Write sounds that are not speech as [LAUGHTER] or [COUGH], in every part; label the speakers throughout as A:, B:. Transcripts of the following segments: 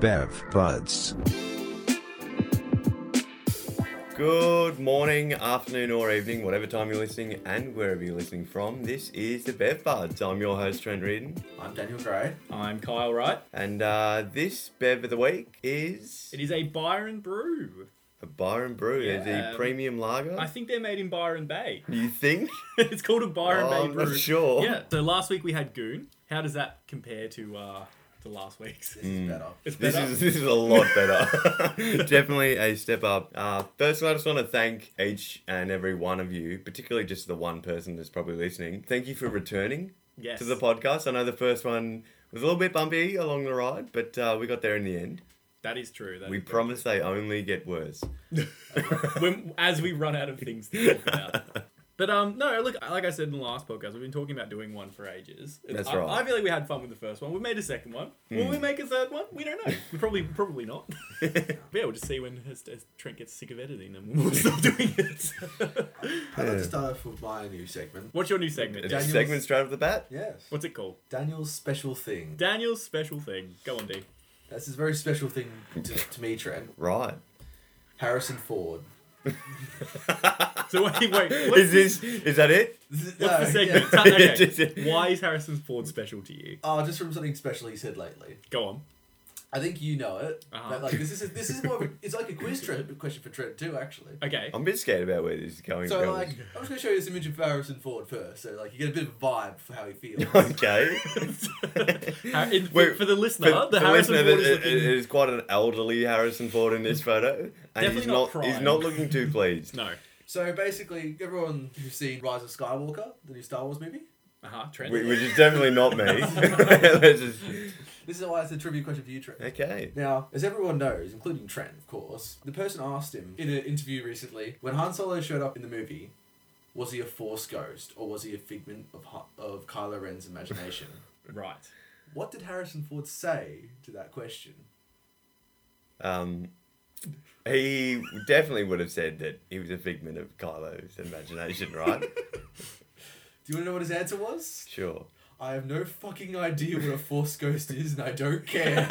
A: Bev Buds.
B: Good morning, afternoon, or evening, whatever time you're listening and wherever you're listening from. This is the Bev Buds. I'm your host, Trent Reardon,
C: I'm Daniel Gray.
D: I'm Kyle Wright.
B: and uh, this Bev of the Week is
D: It is a Byron brew.
B: a Byron Brew,
D: Yeah,
B: the
D: um,
B: premium lager.
D: I think they're made in Byron Bay. [LAUGHS]
B: you think?
D: it's called a Byron
B: Oh,
D: Bay
B: I'm
D: brew.
B: not sure.
D: Yeah. So last week we had Goon. How does that compare to uh to last week's?
C: This is better.
D: It's
B: Mm. This
D: better.
B: is this is a lot better. [LAUGHS] Definitely a step up. Uh, firstly, I just want to thank each and every one of you, particularly just the one person that's probably listening. Thank you for returning
D: yes.
B: to the podcast. I know the first one was a little bit bumpy along the ride, but uh, we got there in the end.
D: that is true. That
B: We
D: is better.
B: promise they only get
D: [LAUGHS]
B: worse. [LAUGHS]
D: when, as we run out of things to talk about.
B: [LAUGHS]
D: But um, no, look, like I said in the last podcast, we've been talking about doing one for ages.
B: That's
D: I,
B: right. Hmm.
D: I feel like we had fun with the first one. We made a second one. Will we make a third one? We don't know. We probably, probably not. [LAUGHS] But yeah, we'll just see when as, as Trent gets sick of editing and we'll [LAUGHS] stop doing it.
C: I'd like
B: Yeah.
C: to start off with my new segment.
D: What's your new segment?
B: It's
D: Dan-
B: a
C: Daniel's-
B: segment straight off the bat.
C: Yes.
D: What's it called?
C: Daniel's special thing.
D: Daniel's special thing. Go on, D.
C: That's his very special thing to, to me, Trent.
B: Right.
D: [LAUGHS]
C: Harrison Ford.
D: So wait, wait. What's,
B: Is this is that it?
C: What's
D: what's the
B: [LAUGHS] Just-
D: segment? Okay. Why is Harrison Ford special to you?
C: Oh, just from something special he said lately.
D: Go on.
C: I think you know it.
D: Uh-huh.
C: But, like this is this is more of a, it's like a quiz Trent, question for Trent too, actually.
D: Okay. [LAUGHS]
B: I'm a bit scared about where this is going. to be
C: So like,
B: honest.
C: I'm just gonna show you this image of Harrison Ford first, so like you get a bit of vibe for how
A: [LAUGHS]
C: he feels.
B: [LAUGHS] okay.
D: [LAUGHS] Har- in- for-
B: Wait,
D: for the listener,
B: For-
D: the
B: for
D: Harrison
B: listener, uh,
D: Ford is
B: it- it-
D: looking.
B: it is quite an elderly Harrison Ford in
D: [LAUGHS]
B: this photo, and he's
D: Definitely
B: not
D: not
B: he's
D: prime.
B: not looking too pleased.
D: [LAUGHS] no.
C: so basically, everyone who's seen Rise of Skywalker, the new Star Wars movie,
D: Uh huh. Trent.
B: Wh- Which is definitely
D: [LAUGHS]
B: not me. [LAUGHS] Let's just-
C: this is why it's a trivia question for you, Trent.
B: okay.
C: Now, as everyone knows, including Trent, of course, the person asked him in an interview recently when Han Solo showed up in the movie, was he a Force ghost or was he a figment of Ha- of Kylo Ren's [LAUGHS] imagination?
D: Right.
C: what did Harrison Ford say to that question?
B: Um, he definitely would have said that he was a figment of Kylo's imagination,
D: [LAUGHS]
B: right?
C: Do you want to know what his answer was?
B: sure.
C: I have no fucking idea what a Force ghost is, and I don't care.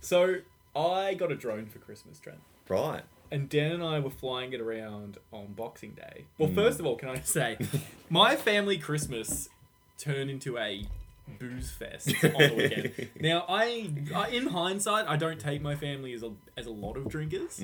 D: So I got a drone for Christmas, Trent.
B: Right.
D: And Dan and I were flying it around on Boxing Day. Well,
B: Mm.
D: first of all, can I say, my family Christmas turned into a booze fest on
B: [LAUGHS]
D: the weekend. now, I, I, in hindsight, I don't take my family as a as a lot of drinkers,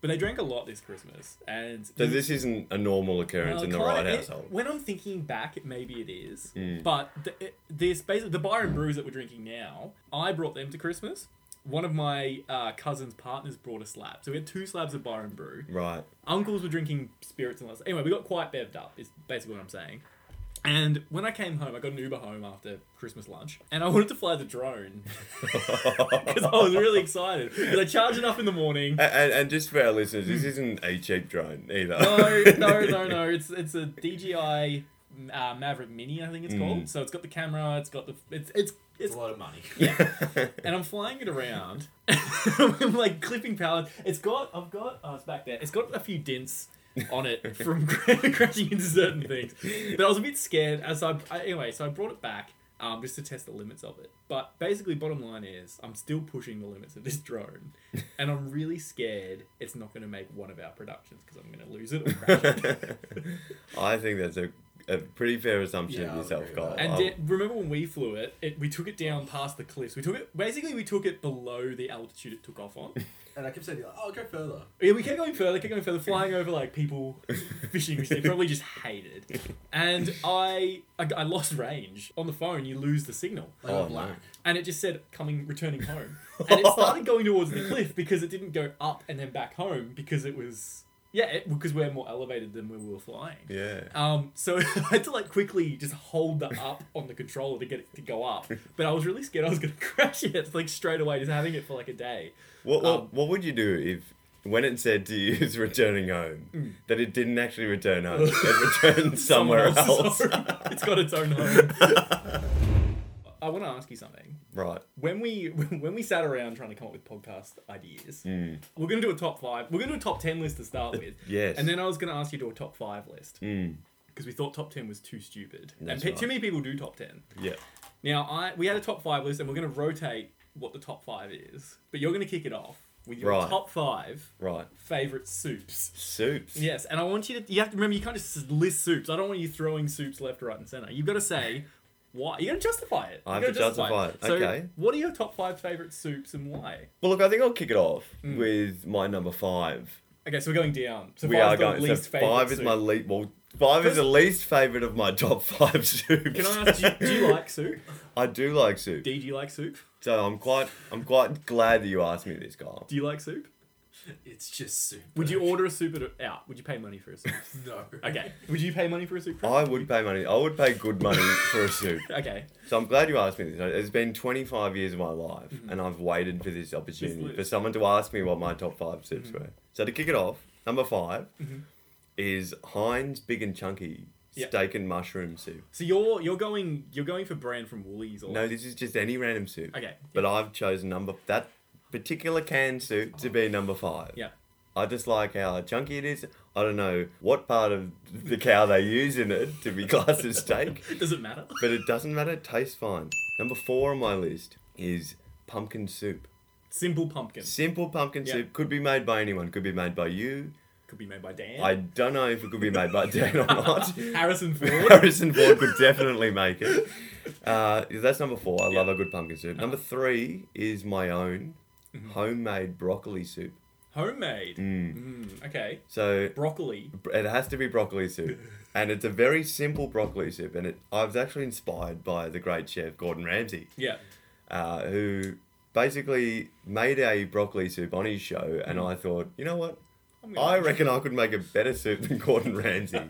D: but they drank a lot this Christmas. And
B: Mm. So this isn't a normal occurrence
D: Well,
B: in the
D: kinda-
B: right
D: it-
B: household. Mm.
D: When I'm thinking back, maybe it is. But the, it- this basically the Byron brews that we're drinking now, I brought them to Christmas. One of my uh, cousin's partners brought a slab, so we had two slabs of Byron brew. [LAUGHS]
B: Right.
D: Uncles were drinking spirits and all that. Anyway, we got quite bevved up. Is basically what I'm saying. And when I came home, I got an Uber home after Christmas lunch, and I wanted to fly the drone [LAUGHS] because I was really excited. Because I charged it up in the morning.
B: A- [LAUGHS] And, and just for our listeners, this isn't a cheap drone either.
D: no, no, no, no. It's it's a DJI uh, Maverick Mini, I think it's called. So it's got the camera. It's got the it's it's
C: it's
D: it's.
C: a lot of money.
D: And I'm flying it around. [LAUGHS] I'm like clipping power. It's got I've got oh it's back there. It's got a few dents on it from [LAUGHS] crashing into certain things. But I was a bit scared as I, I anyway. So I brought it back. Um, just to test the limits of it. But basically, bottom line is, I'm still pushing the limits of this drone, and I'm really scared it's not going to make one of our productions because I'm going to lose it or crash it.
B: [LAUGHS] I think that's a, a pretty fair assumption
C: Yeah,
B: of
C: I
B: yourself,
C: agree
B: Kyle.
C: with
B: Oh,
C: that.
D: And
B: I'll-
D: di- remember when we flew it, it? We took it down past the cliffs. We took it basically. We took it below the altitude it took off on.
C: [LAUGHS] And I kept saying, like, "Oh, go further."
D: yeah, we kept going further, kept going further, flying over
B: [LAUGHS]
D: like people fishing, which they probably just hated. And I, I, I lost range on the phone. You lose the signal,
C: Like,
B: Oh,
C: oh, black.
B: no.
D: and it just said coming, returning home. And it started going towards the cliff because it didn't go up and then back home because it was yeah it, because we're more elevated than when we were flying.
B: yeah.
D: Um, so [LAUGHS] I had to like quickly just hold the up on the controller to get it to go up. But I was really scared I was gonna [LAUGHS] crash it like straight away, just having it for like a day.
B: What, what,
D: Um,
B: what would you do if, when it said to you [LAUGHS] it's returning home, that it didn't actually return home?
D: [LAUGHS]
B: it returned somewhere
D: Mm. Someone
B: else.
D: else's home. [LAUGHS] it's got its own home.
B: [LAUGHS]
D: I want to ask you something.
B: right.
D: When we [LAUGHS] when we sat around trying to come up with podcast ideas,
B: Hmm.
D: we're gonna do a top five. We're gonna do a top ten list to start with.
B: Uh, Yes. Hmm.
D: And then I was gonna ask you to do a top five list because we thought top ten was too stupid,
B: That's
D: and pe-
B: right.
D: too many people do top ten.
B: Yeah.
D: Now, I we had a top five list, and we're going to rotate what the top five is, but you're going to kick it off with your
B: Right.
D: top five
B: Right.
D: favorite soups.
B: Soups.
D: Yes, and I want you to. You have to remember. You can't just list soups. I don't want you throwing soups left, right, and center. You've got to say why. You got to justify it.
B: I
D: You
B: have
D: gotta
B: to justify it.
D: So
B: Okay.
D: What are your top five favorite soups and why?
B: Well, look, I think I'll kick it off
D: Mm.
B: with my number five.
D: Okay, so we're going down. So
B: we
D: five's
B: are
D: the
B: going.
D: least
B: so
D: favorite
B: five is
D: soup.
B: my least. Well, five is
D: First-
B: the least favorite of my [LAUGHS] top five soups.
D: Can I ask? Do you, do you like
B: [LAUGHS]
D: soup?
B: I do like soup,
D: D, do you like soup?
B: so I'm quite. I'm quite glad that you asked me this, Kyle.
D: Do you like soup?
C: It's just soup.
D: Would you order a soup at a, out? Would you pay money for
B: [LAUGHS]
D: a soup?
C: [LAUGHS] No.
D: Okay. Would you pay money for a soup? Chris?
B: I would pay money. I would pay good money for a soup.
D: Okay.
B: So I'm glad you asked me this. It's been 25 years of my life, and I've waited for this opportunity
D: Mm-hmm. list. Mm-hmm.
B: for someone to ask me what my top five soups were. So to kick it off, number 5 is Heinz Big and Chunky
D: Yeah.
B: Steak and Mushroom Soup.
D: So you're you're going you're going for brand from Woolies or
B: No, this is just any random soup.
D: Okay.
B: But I've chosen number that particular canned soup to be number five.
D: Yeah.
B: I just like how chunky it is. I don't know what part of the cow they use in it to be classed as steak,
D: Does it matter?
B: but it doesn't matter. It tastes fine. Number four on my list is pumpkin soup.
D: Simple pumpkin
B: Simple pumpkin
D: Yeah.
B: soup could be made by anyone. Could be made by you.
D: could be made by Dan.
B: I don't know if it could be made by Dan or not. [LAUGHS]
D: Harrison Ford.
B: Harrison Ford could definitely make it. Uh, that's number four. I love a good pumpkin soup. Number three is my own homemade broccoli soup.
D: Homemade. Mm, okay.
B: So
D: Broccoli.
B: it has to be broccoli soup, and it's a very simple broccoli soup. And it, I was actually inspired by the great chef Gordon Ramsay,
D: Yeah.
B: uh, who basically made a broccoli soup on his show. And
D: Mm.
B: I thought, you know what?
D: I'm
B: I
D: gonna-
B: reckon I could make a better soup than Gordon
D: [LAUGHS]
B: Ramsay.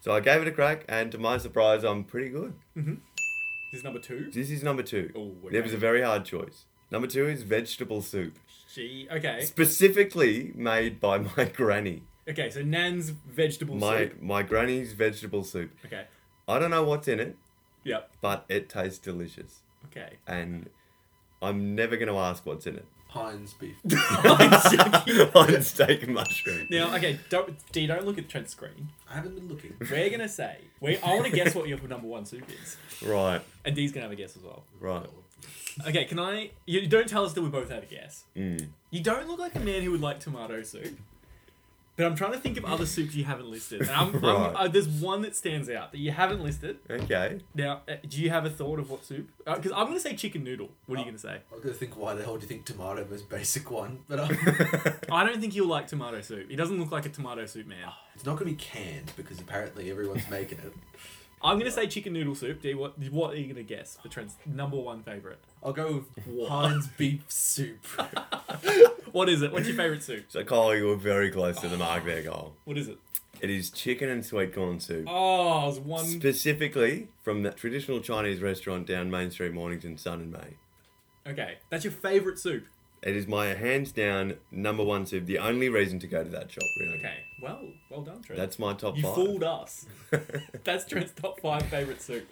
B: so I gave it a crack, and to my surprise, I'm pretty good.
D: This is number two.
B: This is number two.
D: Oh, okay.
B: It was a very hard choice. Number two is vegetable soup,
D: She. Okay.
B: specifically made by [LAUGHS] my granny.
D: Okay. So Nan's vegetable
B: My
D: soup.
B: my granny's vegetable soup.
D: Okay.
B: I don't know what's in it,
D: Yep.
B: but it tastes delicious,
D: Okay. [LAUGHS]
B: and I'm never going to ask what's in it.
C: Heinz [LAUGHS] beef.
B: [LAUGHS] On steak and mushroom.
D: now, okay. Don't D. Don't look at Trent's screen.
C: I haven't been looking.
D: We're gonna say. We. I want to guess what your number one soup is,
B: Right,
D: and D's gonna have a guess as well.
B: right.
D: Okay, can I? You don't tell us that we both had a guess.
B: Mm.
D: You don't look like a man who would like tomato soup. But I'm trying to think of other soups you haven't listed. And
B: [LAUGHS]
D: I'm,
B: Right.
D: I'm, uh, there's one that stands out that you haven't listed.
B: Okay. [LAUGHS]
D: Now, uh, do you have a thought of what soup? Because I'm going to say chicken noodle. What are you going to say?
C: I've got to think why the hell do you think tomato was basic one? But um,
D: I don't think you'll like tomato soup. He doesn't look like a tomato soup man.
C: it's not going to be canned because apparently everyone's making it.
D: I'm going to say chicken noodle soup. D, what, what are you going to guess for Trent's number one favourite?
C: I'll go with Heinz beef soup.
D: [LAUGHS] What is it? What's your favourite soup?
B: So, Kyle, you were very close to the mark there, Kyle.
D: What is it?
B: It is chicken and sweet corn soup.
D: Oh, it was one.
B: Specifically from the traditional Chinese restaurant down Main Street, Mornington, Sun and May.
D: Okay, that's your favourite soup.
B: It is my hands down number one soup. The only reason to go to that shop, really.
D: Okay, well, well done, Trent.
B: That's my top
D: You
B: five. [LAUGHS]
D: fooled us. That's Trent's top five favorite soup.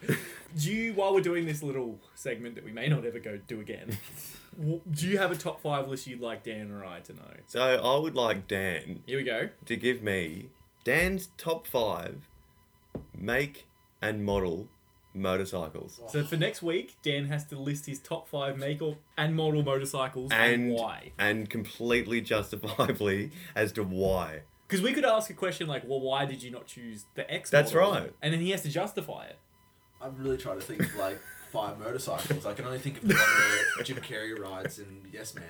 D: Do you, while we're doing this little segment that we may not ever go do again, w- do you have a top five list you'd like Dan or I to know?
B: so I would like Dan
D: Here we go.
B: to give me Dan's top five make and model motorcycles.
D: So for next week, Dan has to list his top five make or, and model motorcycles and,
B: And
D: why.
B: And completely justifiably [LAUGHS] as to why.
D: Because we could ask a question like, "Well, why did you not choose the X?"
B: That's
D: model?
B: right.
D: and then he has to justify it.
C: I'm really trying to think of like five motorcycles. I can only think of the one where Jim Carrey rides and Yes Man.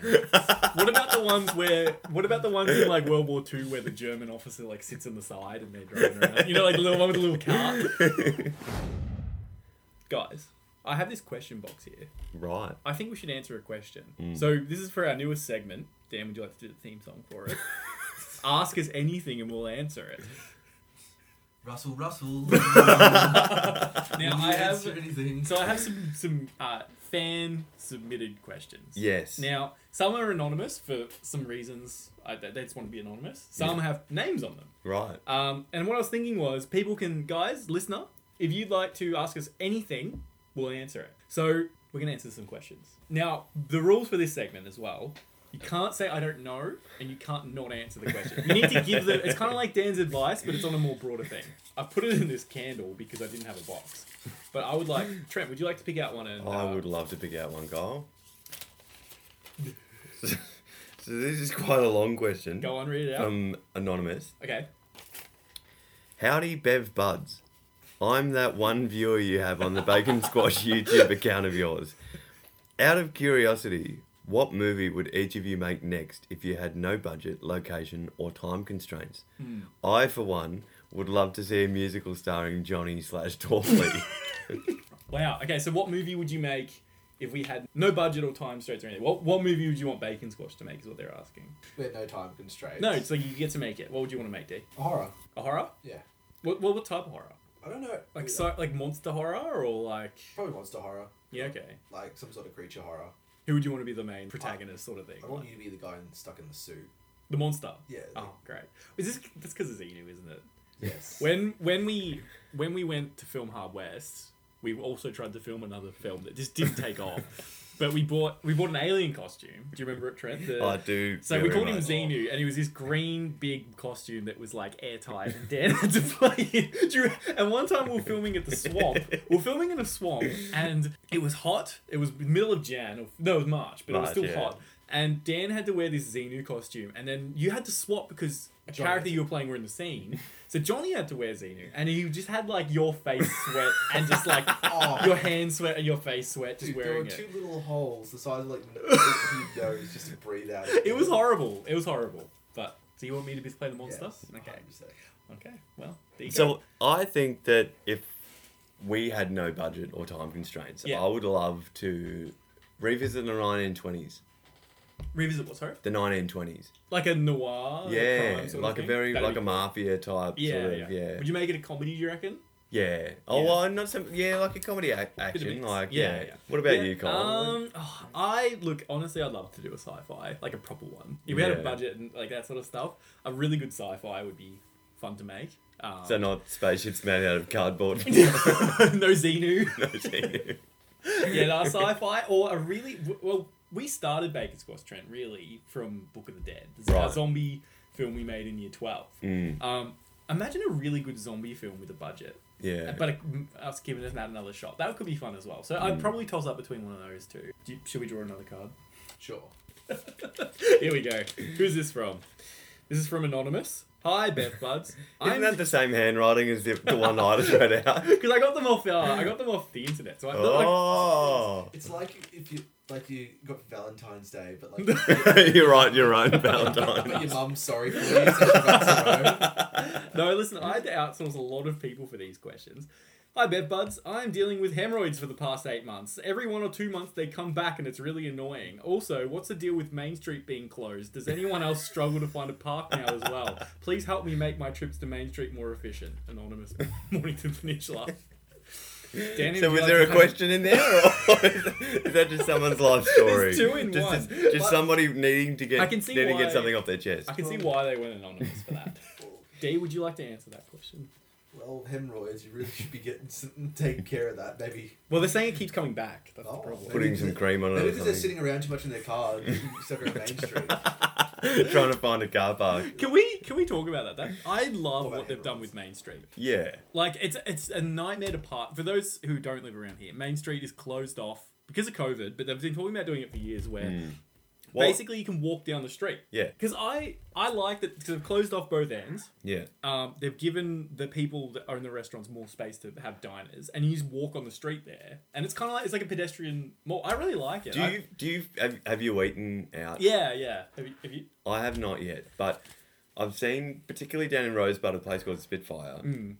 D: What about the ones where? What about the ones in like World War II where the German officer like sits on the side and they're driving around? You know, like the little one with the little car. Guys, I have this question box here.
B: [LAUGHS]
D: [LAUGHS]
B: right.
D: I think we should answer a question.
B: Hmm.
D: So this is for our newest segment. Dan, would you like to do the theme song
B: [LAUGHS]
D: for it? Ask us anything and we'll answer it.
C: [LAUGHS] Russell, Russell. [LAUGHS]
D: Now I have
C: anything.
D: so I have some some uh, fan submitted questions.
B: Yes.
D: Now some are anonymous for some reasons. I, they they just want to be anonymous. Some have names on them.
B: right.
D: Um, and what I was thinking was, people can, guys, listener, if you'd like to ask us anything, we'll answer it. So we're gonna answer some questions. Now, the rules for this segment as well. You can't say I don't know, and you can't not answer the question. You need to give the. It's kind of like Dan's advice, but it's on a more broader thing. I put it in this candle because I didn't have a box. But I would like Trent. Would you like to pick out one? And
B: I
D: uh,
B: would love to pick out one, Kyle. [LAUGHS] So, so this is quite a long question
D: Go on, read it out.
B: from anonymous.
D: okay.
B: Howdy, Bev Buds. I'm that one viewer you have on the Bacon Squash [LAUGHS] YouTube account of yours. Out of curiosity, what movie would each of you make next if you had no budget, location, or time constraints?
D: Hmm.
B: I, for one, would love to see a musical starring Johnny slash Torpley.
D: [LAUGHS] Wow. Okay, so what movie would you make if we had no budget or time straits or anything? What what movie would you want Bacon Squash to make is what they're asking.
C: We had no time constraints.
D: No, it's like you get to make it. What would you want to make, D?
C: horror.
D: A horror?
C: Yeah.
D: What what, what type of horror?
C: I don't know.
D: Like so, like monster horror or like
C: probably monster horror,
D: yeah, okay.
C: like some sort of creature horror.
D: Who would you want to be the main protagonist sort of thing?
C: I want you to be the guy in, stuck in the suit.
D: The monster.
C: Yeah.
D: Oh, great. Is this that's because it's Enu, isn't it?
C: Yes.
D: When when we when we went to film Hard West, we also tried to film another film that just didn't take [LAUGHS] off. But we bought we bought an alien costume. Do you remember it, Trent? The-
B: Oh, I do.
D: So we
B: very
D: called him
B: much.
D: Xenu, and he was this green big costume that was like airtight
C: [LAUGHS]
D: and Dan had [LAUGHS] to play in. Do you- And one time we were filming at the swamp. We were filming in a swamp, and it was hot. It was middle of Jan, or no, it was March, but it was
B: March,
D: still
B: yeah.
D: hot. And Dan had to wear this Xenu costume, and then you had to swap because a
C: Johnny.
D: character you were playing were in the scene. So Johnny had to wear Xenu, and he just had like your face sweat and just like
C: [LAUGHS] Oh.
D: your hand sweat and your face sweat, just
C: Dude, there
D: wearing
C: were
D: it.
C: two little holes the size of
D: [LAUGHS]
C: like n- your nose just to breathe out.
D: It was horrible. It was horrible. But do you want me to be play the monster?
C: Yes,
D: Okay.
C: 100%.
D: Okay. Well, there you go.
B: So I think that if we had no budget or time constraints,
D: Yeah.
B: I would love to revisit the 1920s.
D: revisit what's sorry?
B: The 1920s.
D: Like a noir.
B: yeah,
D: Oh, crime sort of
B: like a
D: thing?
B: very
D: That'd
B: like
D: be
B: a mafia type
D: cool. Yeah,
B: sort of
D: yeah.
B: yeah.
D: Would you make it a comedy? Do you reckon?
B: Yeah. Oh,
D: Yeah.
B: well, not some. Yeah, like a comedy ac
D: Bit of
B: action.
D: mix.
B: Like, yeah. What about
D: Yeah,
B: you, Colin?
D: Um, oh, I look honestly, I'd love to do a sci-fi, like a proper one. If we had a
B: Yeah.
D: budget and like that sort of stuff, a really good sci-fi would be fun to make. Um,
B: so not spaceships made out of cardboard.
D: [LAUGHS] no Xenu.
B: [LAUGHS] No, gee.
D: yeah,
B: [LAUGHS]
D: no, sci-fi or a really well. We started Bacon Squash Trent really from Book of the Dead, the
B: Right.
D: zombie film we made in year twelve.
B: Mm,
D: Um, imagine a really good zombie film with a budget,
B: yeah.
D: but a, us giving that another shot. That could be fun as well. So
B: Mm.
D: I'd probably toss up between one of those two. Do you, should we draw
B: [LAUGHS]
D: another card?
C: Sure.
D: Here we go. Who's this from? This is from anonymous. Hi, Beth Buds.
B: [LAUGHS] Isn't
D: I'm
B: that
D: [LAUGHS]
B: the same handwriting as the, the one I just read out?
D: because I got them off. Uh, I got them off the internet. So I oh.
B: Oh. [LAUGHS]
C: It's like if you like you got Valentine's Day, but
D: [LAUGHS]
C: like
B: you're right. You're right.
C: but your
B: Valentine.
C: mum's sorry for you. So she got
D: [LAUGHS]
C: her own.
D: no, listen. I had to outsource a lot of people for these questions. Hi, Bev Buds. I'm dealing with hemorrhoids for the past eight months. Every one or two months they come back and it's really annoying. Also, what's the deal with Main Street being closed? Does anyone else struggle to find a park now as well? Please help me make my trips to Main Street more efficient. Anonymous [LAUGHS] Mornington Peninsula. Danny,
B: So was
D: would you
B: there
D: like
B: a
D: to take-
B: question in there, or [LAUGHS] is that just someone's life story?
D: There's two in
B: just,
D: one.
B: Just,
D: What?
B: somebody needing to get
D: I can see
B: needing to
D: why-
B: get something off their chest.
D: I can see why they went anonymous for that. Dee, would you like to answer that question?
C: Well, hemorrhoids. You really should be getting s- taking care of that. Maybe
D: Well, they're saying it keeps coming back. That's
C: Oh.
D: the problem.
B: Putting some cream on it
C: maybe
B: or
C: because they're
B: something.
C: sitting around too much in their car, and stuck on Main Street.
B: [LAUGHS] Trying to find a car park.
D: Can we can we talk about that? that I love
C: What
D: what they've
C: about
D: done with Main Street.
B: Yeah.
D: Like it's it's a nightmare to park. For those who don't live around here, Main Street is closed off because of COVID. But they've been talking about doing it for years, where
B: Well-
D: basically you can walk down the street.
B: Yeah.
D: Because I I like that because they've closed off both ends.
B: Yeah.
D: Um, they've given the people that own the restaurants more space to have diners, and you just walk on the street there, and it's kind of like it's like a pedestrian mall. I really like it.
B: Do
D: I-
B: you do you have, have you eaten out?
D: yeah, yeah. Have you, have you?
B: I have not yet, but I've seen particularly down in Rosebud a place called Spitfire.
D: Hmm.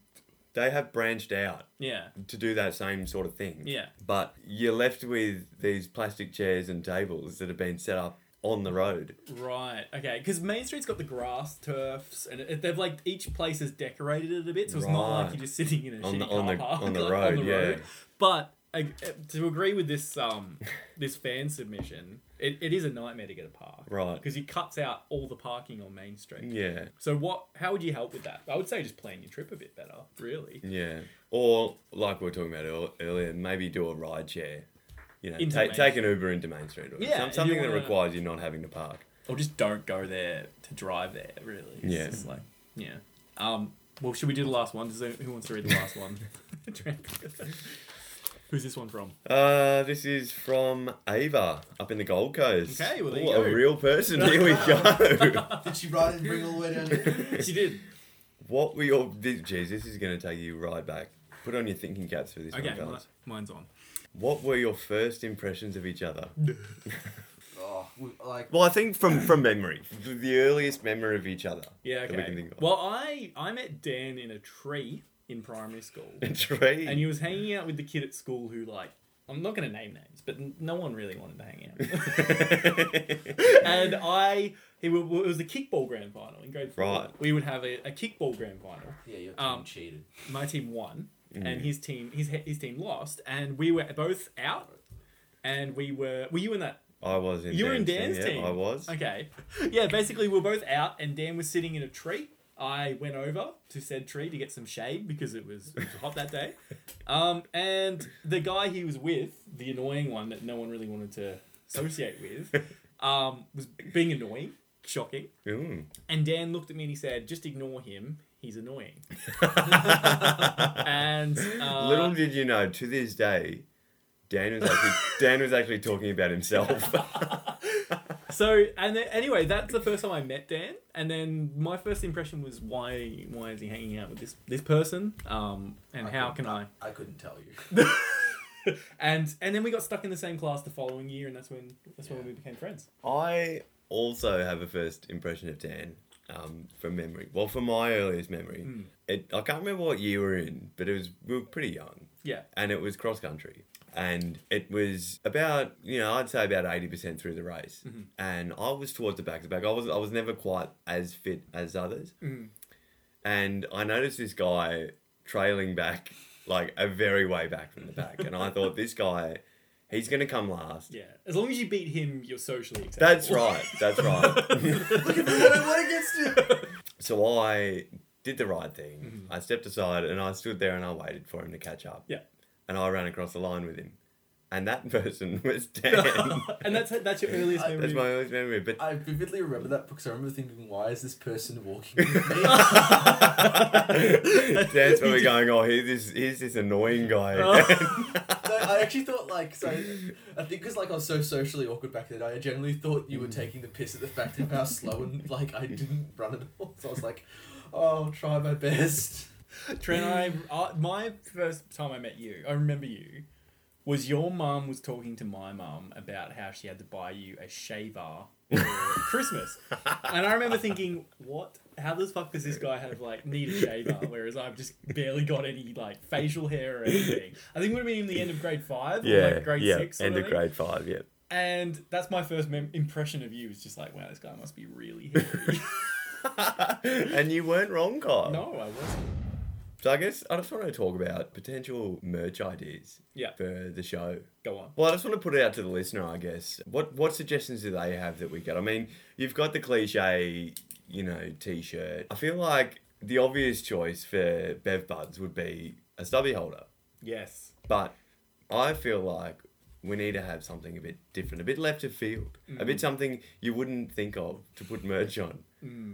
B: They have branched out
D: Yeah.
B: to do that same sort of thing.
D: Yeah.
B: But you're left with these plastic chairs and tables that have been set up on the road.
D: Right. Okay. Because Main Street's got the grass turfs, and it, they've like each place is decorated it a bit, so it's not like
B: Right.
D: you're just sitting in a
B: On
D: shitty
B: the-
D: car
B: on the-
D: park, [LAUGHS]
B: on the
D: like,
B: road, yeah.
D: But I, to agree with
B: [LAUGHS]
D: this um this fan submission, it, it is a nightmare to get a park,
B: Right.
D: Because it cuts out all the parking on Main Street.
B: Yeah.
D: So what? How would you help with that? I would say just plan your trip a bit better. Really.
B: Yeah. Or like we were talking about earl- earlier, maybe do a ride share. You know,
D: Into
B: ta-
D: Main
B: take an Uber into Main Street or
D: Yeah,
B: some-
D: if you
B: something that
D: wanna-
B: requires you not having to park.
D: Or just don't go there to drive there. Really. It's
B: Yeah.
D: just like yeah.
B: [LAUGHS]
D: Um. Well, should we do the last one? Does anyone- who wants to read the last one? Trent. [LAUGHS] Who's this one from?
B: Uh, this is from Ava up in the Gold Coast.
D: Okay, well, there
B: Ooh,
D: you go.
B: a real person. Here we go.
D: [LAUGHS]
C: Did she ride and bring all the way down here?
D: she did.
B: what were your? This, geez, this is going to take you right back. Put on your thinking caps for this
D: Okay,
B: one,
D: mine,
B: guys.
D: mine's on.
B: What were your first impressions of each other?
C: Oh, we, like
B: Well, I think from from memory, the earliest memory of each other. [LAUGHS]
D: Yeah,
B: that we can
D: okay.
B: think of.
D: Well, I I met Dan in a tree in primary school,
B: [LAUGHS] Tree.
D: and he was hanging out with the kid at school who like I'm not going to name names, but n- no one really wanted to
B: [LAUGHS]
D: hang out. and I he w- w- it was the kickball grand final in grade four.
B: Right.
D: We would have a, a kickball grand final.
C: yeah, your team
D: Um,
C: cheated.
D: My team won, and his team his he- his team lost, and we were both out. And we were were you in that
B: I was in.
D: You were in
B: Dan's
D: Dan's
B: team, yeah,
D: team.
B: I was.
D: Okay. Yeah, basically we were both out and Dan was sitting in a tree. I went over to said tree to get some shade because it was, it was hot that day. Um, and the guy he was with, the annoying one that no one really wanted to associate with, um, was being annoying. Shocking.
B: [LAUGHS] Mm.
D: And Dan looked at me and he said, just ignore him. He's annoying. [LAUGHS] [LAUGHS] And
B: [LAUGHS]
D: uh,
B: Little did you know, to this day, Dan was actually Dan was actually talking about himself.
D: So and then, anyway, that's the first time I met Dan, and then my first impression was why why is he hanging out with this this person, um, and how can I?
C: I couldn't tell [LAUGHS] you.
D: [LAUGHS] And and then we got stuck in the same class the following year, and that's when that's when we became friends.
B: I also have a first impression of Dan um, from memory. Well, from my earliest memory, it, I can't remember what year we were in, but it was we were pretty young,
D: Yeah,
B: and it was cross country, and it was about you know I'd say about eighty percent through the race, and I was towards the back of the back. I was I was never quite as fit as others, and I noticed this guy trailing back like a very way back from the back, and I thought this guy, he's gonna come last.
D: yeah. As long as you beat him, you're socially acceptable.
B: That's
D: [LAUGHS]
B: right. That's right.
C: Look at what I went against you.
B: so I did the right thing. I stepped aside and I stood there and I waited for him to catch up.
D: Mm-hmm. Yeah.
B: And I ran across the line with him. And that [LAUGHS] person
D: [LAUGHS]
B: was Dan. [LAUGHS]
D: and that's that's your earliest
C: I-
D: memory.
B: That's my earliest memory. But
C: [LAUGHS] I vividly remember that because I remember thinking, why is this person walking with [LAUGHS] me?
B: [LAUGHS]
D: [LAUGHS]
B: Dan's probably going, oh, here's this, here's this annoying guy.
D: Oh.
B: [LAUGHS]
C: No, I actually thought like so. I think because like I was so socially awkward back then, I generally thought you were taking the piss at the fact of how slow and like I didn't run at all. So I was like, oh, I'll try my best.
D: Trent, I uh, my first time I met you, I remember you, was your mum was talking to my mum about how she had to buy you a shaver
B: [LAUGHS]
D: for Christmas, and I remember thinking, what? How the fuck does this guy have like need a shaver? Whereas I've just barely got any like facial hair or anything. I think it would have been in the end of grade five,
B: yeah.
D: or like grade
B: yeah.
D: six, sort
B: End
D: of
B: of
D: thing.
B: grade five, yeah.
D: And that's my first mem- impression of you. Is just like, wow, this guy must be really
B: [LAUGHS]
D: hairy.
B: and you weren't wrong, Kyle.
D: no, I wasn't.
B: So I guess I just want to talk about potential merch ideas
D: Yeah.
B: for the show.
D: Go on.
B: Well, I just want to put it out to the listener, I guess. What what suggestions do they have that we get? I mean, you've got the cliche, you know, t-shirt. I feel like the obvious choice for Bev Buds would be a stubby holder,
D: Yes.
B: but I feel like we need to have something a bit different, a bit left of field, a
D: Mm.
B: bit something you wouldn't think of to put merch on.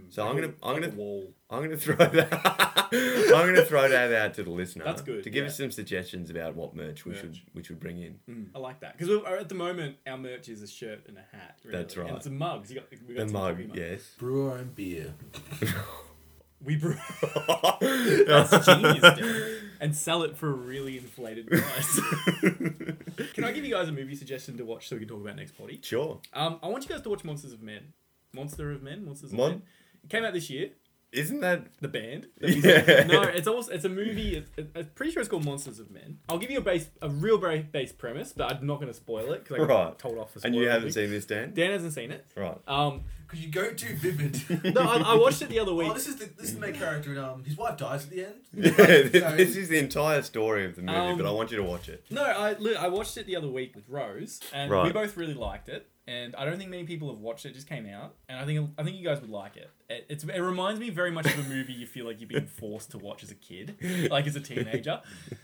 B: So I'm gonna I'm
D: Mm. Like a
B: gonna
D: wall.
B: I'm gonna throw that. [LAUGHS] I'm gonna throw that out to the listener.
D: That's good,
B: To give
D: yeah.
B: us some suggestions about what merch we should
D: Merch. Mm.
B: we should bring in.
D: I like that because at the moment our merch is a shirt and a hat. really.
B: That's right.
D: And some mugs. You got, we got
B: The
D: some
B: mug,
D: coffee mugs.
B: yes.
C: Brew our own beer.
D: We brew.
B: [LAUGHS]
D: [LAUGHS] That's genius. dude. And sell it for a really inflated price. [LAUGHS] can I give you guys a movie suggestion to watch so we can talk about next [LAUGHS] potty?
B: Sure.
D: Um, I want you guys to watch Monsters of Men. Monster of Men. Monsters of
B: Mon-
D: Men. It came out this year.
B: Isn't that
D: The band.
B: [LAUGHS] Yeah.
D: No, it's also it's a movie. It's, it, I'm pretty sure it's called Monsters of Men. I'll give you a base, a real very base premise, but I'm not going to spoil it because I got
B: Right.
D: told off for
B: And you
D: spoiling
B: haven't
D: it.
B: seen this, Dan?
D: Dan hasn't seen it.
B: Right.
D: Um,
C: Because you go too [LAUGHS] vivid.
D: no, I, I watched it the other week.
C: oh, this is the this is the main character, and um, his wife dies at the end.
B: [LAUGHS] Yeah,
C: Like,
B: [LAUGHS] this,
C: so-
B: this is the entire story of the movie, but I
D: Um,
B: want you to watch it.
D: No, I li- I watched it the other week with Rose, and we
B: Right.
D: both really liked it. and I don't think many people have watched it. It just came out, and I think I think you guys would like it. it it's it reminds me very much of a movie you feel like you're being forced to watch as a kid, like as a teenager.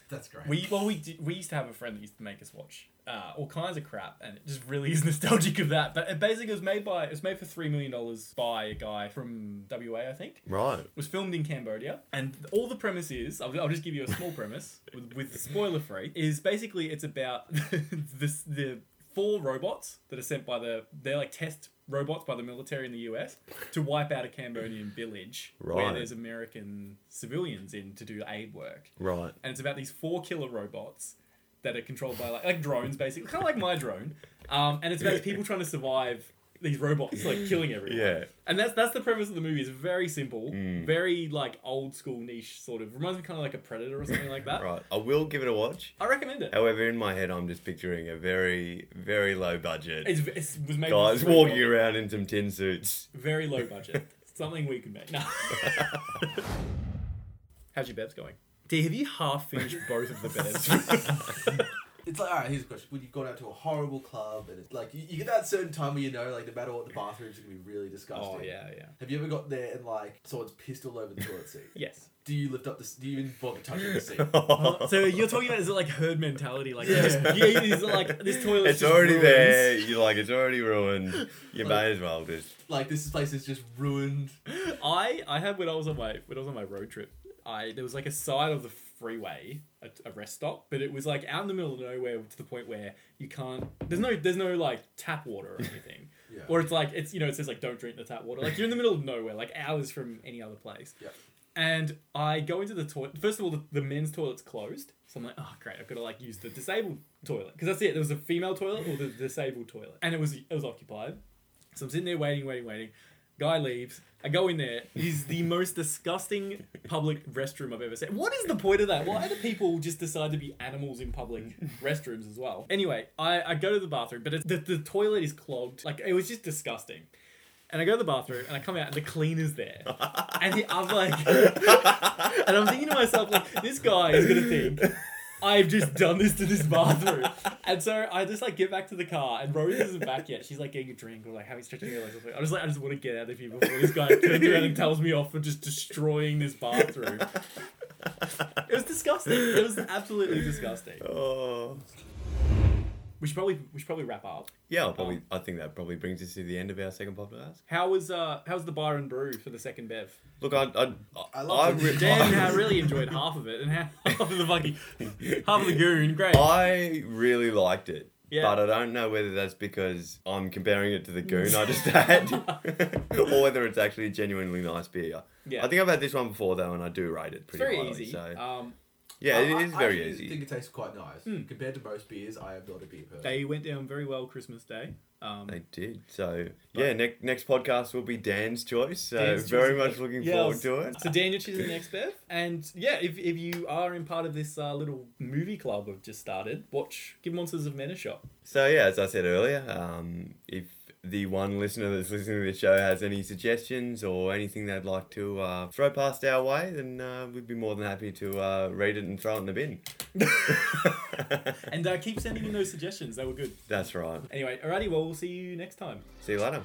C: That's great.
D: We well we did, we used to have a friend that used to make us watch uh, all kinds of crap, and it just really is [LAUGHS] nostalgic of that. But it basically was made by it was made for three million dollars by a guy from WA, I think.
B: Right.
D: It was filmed in Cambodia, and all the premise is I'll, I'll just give you a small premise with, with spoiler free is basically it's about [LAUGHS] this the four robots that are sent by the they're like test robots by the military in the US to wipe out a Cambodian village where
B: Right.
D: there's American civilians in to do aid work
B: Right.
D: and it's about these four killer robots that are controlled by like, like drones basically kind of like my drone um, and it's about people trying to survive these robots like killing everyone
B: Yeah.
D: and that's that's the premise of the movie it's very simple
B: Hmm.
D: very like old school niche sort of reminds me kind of like a predator or something like that
B: [LAUGHS] Right. I will give it a watch.
D: i recommend it
B: However, in my head, I'm just picturing a very, very low budget
D: it's, it's was made
B: guys
D: with-
B: walking around in some tin [LAUGHS] suits.
D: very low budget [LAUGHS] something we can make no [LAUGHS] how's your bevs going D, have you half [LAUGHS] finished both of the [LAUGHS] bevs?
C: It's like, all right, here's a question. When you've gone out to a horrible club and it's like, you, you get that certain time where you know, like, no matter what, the bathrooms are going to be really disgusting.
D: oh yeah, yeah.
C: Have you ever got there and, like, someone's pissed all over the toilet seat?
D: Yes.
C: Do you lift up the, s- do you even bother touching
B: [LAUGHS]
C: the seat?
D: Oh, so you're talking about is it like herd mentality? Like
C: Yeah.
D: yeah, yeah is it like this toilet?
B: It's already there. You're like, it's already ruined. [LAUGHS] You may as well just.
C: like, this place is just ruined.
D: I I had when I was on my when I was on my road trip, I there was like a side of the freeway, a, a rest stop, but it was like out in the middle of nowhere to the point where you can't. There's no there's no like tap water or anything.
C: Yeah.
D: Or it's like it's you know it says like don't drink the tap water. Like you're in the middle of nowhere, like hours from any other place.
C: Yep.
D: And I go into the toilet. First of all, the, the men's toilet's closed, so I'm like, oh great, I've got to like use the disabled toilet because that's it. There was a female toilet or the disabled toilet, and it was it was occupied. So I'm sitting there waiting, waiting, waiting. Guy leaves. I go in there. It is the most disgusting public restroom I've ever seen. What is the point of that? Why do people just decide to be animals in public restrooms as well? Anyway, I, I go to the bathroom, but it's, the, the toilet is clogged. Like, it was just disgusting. And I go to the bathroom and I come out and the cleaner's there. And he, I'm like, [LAUGHS] and I'm thinking to myself, like, this guy is going to think I've just done this to this [LAUGHS] bathroom. And so I just like get back to the car, and Rose isn't back yet. She's like getting a drink or like having stretching her legs. or something. I'm just like, I just want to get out of here before this [LAUGHS] guy turns around and tells me off for just destroying this bathroom. It was disgusting. It was absolutely disgusting.
B: Oh.
D: We should probably we should probably wrap up.
B: Yeah, I'll
D: um,
B: probably. I think that probably brings us to the end of our second podcast.
D: How was uh how's the bar and brew for the second bev?
B: Look, I. I,
C: I love
B: I
C: the-
B: re-
D: Dan, I [LAUGHS] really enjoyed half of it and [LAUGHS] half of the fucking half of the goon. Great.
B: [LAUGHS] I really liked it.
D: Yeah.
B: But I don't know whether that's because I'm comparing it to
D: [LAUGHS]
B: the goon I just had, or whether it's actually a genuinely nice beer.
D: Yeah.
B: I think I've had this one before though, and I do rate it
D: it's
B: pretty
D: very
B: highly,
D: easy.
B: So
D: Um,
B: yeah,
C: I- I-
B: it is
C: I
B: very
C: actually
B: easy. Hmm.
C: think it tastes quite nice. Compared to most beers, I am not a beer person.
D: They went down very well Christmas Day. Um,
B: They did. So yeah, next next podcast will be Dan's choice. So
D: Dan's
B: very
D: choice.
B: much looking
D: Yeah,
B: forward
D: s-
B: to it.
D: So Daniel chooses the next Bev. And yeah, if, if you are in part of this uh, little movie club I've just started, watch Give Monsters of Men a shot.
B: So yeah, as I said earlier, um, if the one listener that's listening to the show has any suggestions or anything they'd like to uh, throw past our way, then uh, we'd be more than happy to uh, read it and throw it in the bin.
D: And uh, keep sending in those suggestions. They were good.
B: That's right.
D: Anyway, alrighty, well, we'll see you next time.
B: See you later.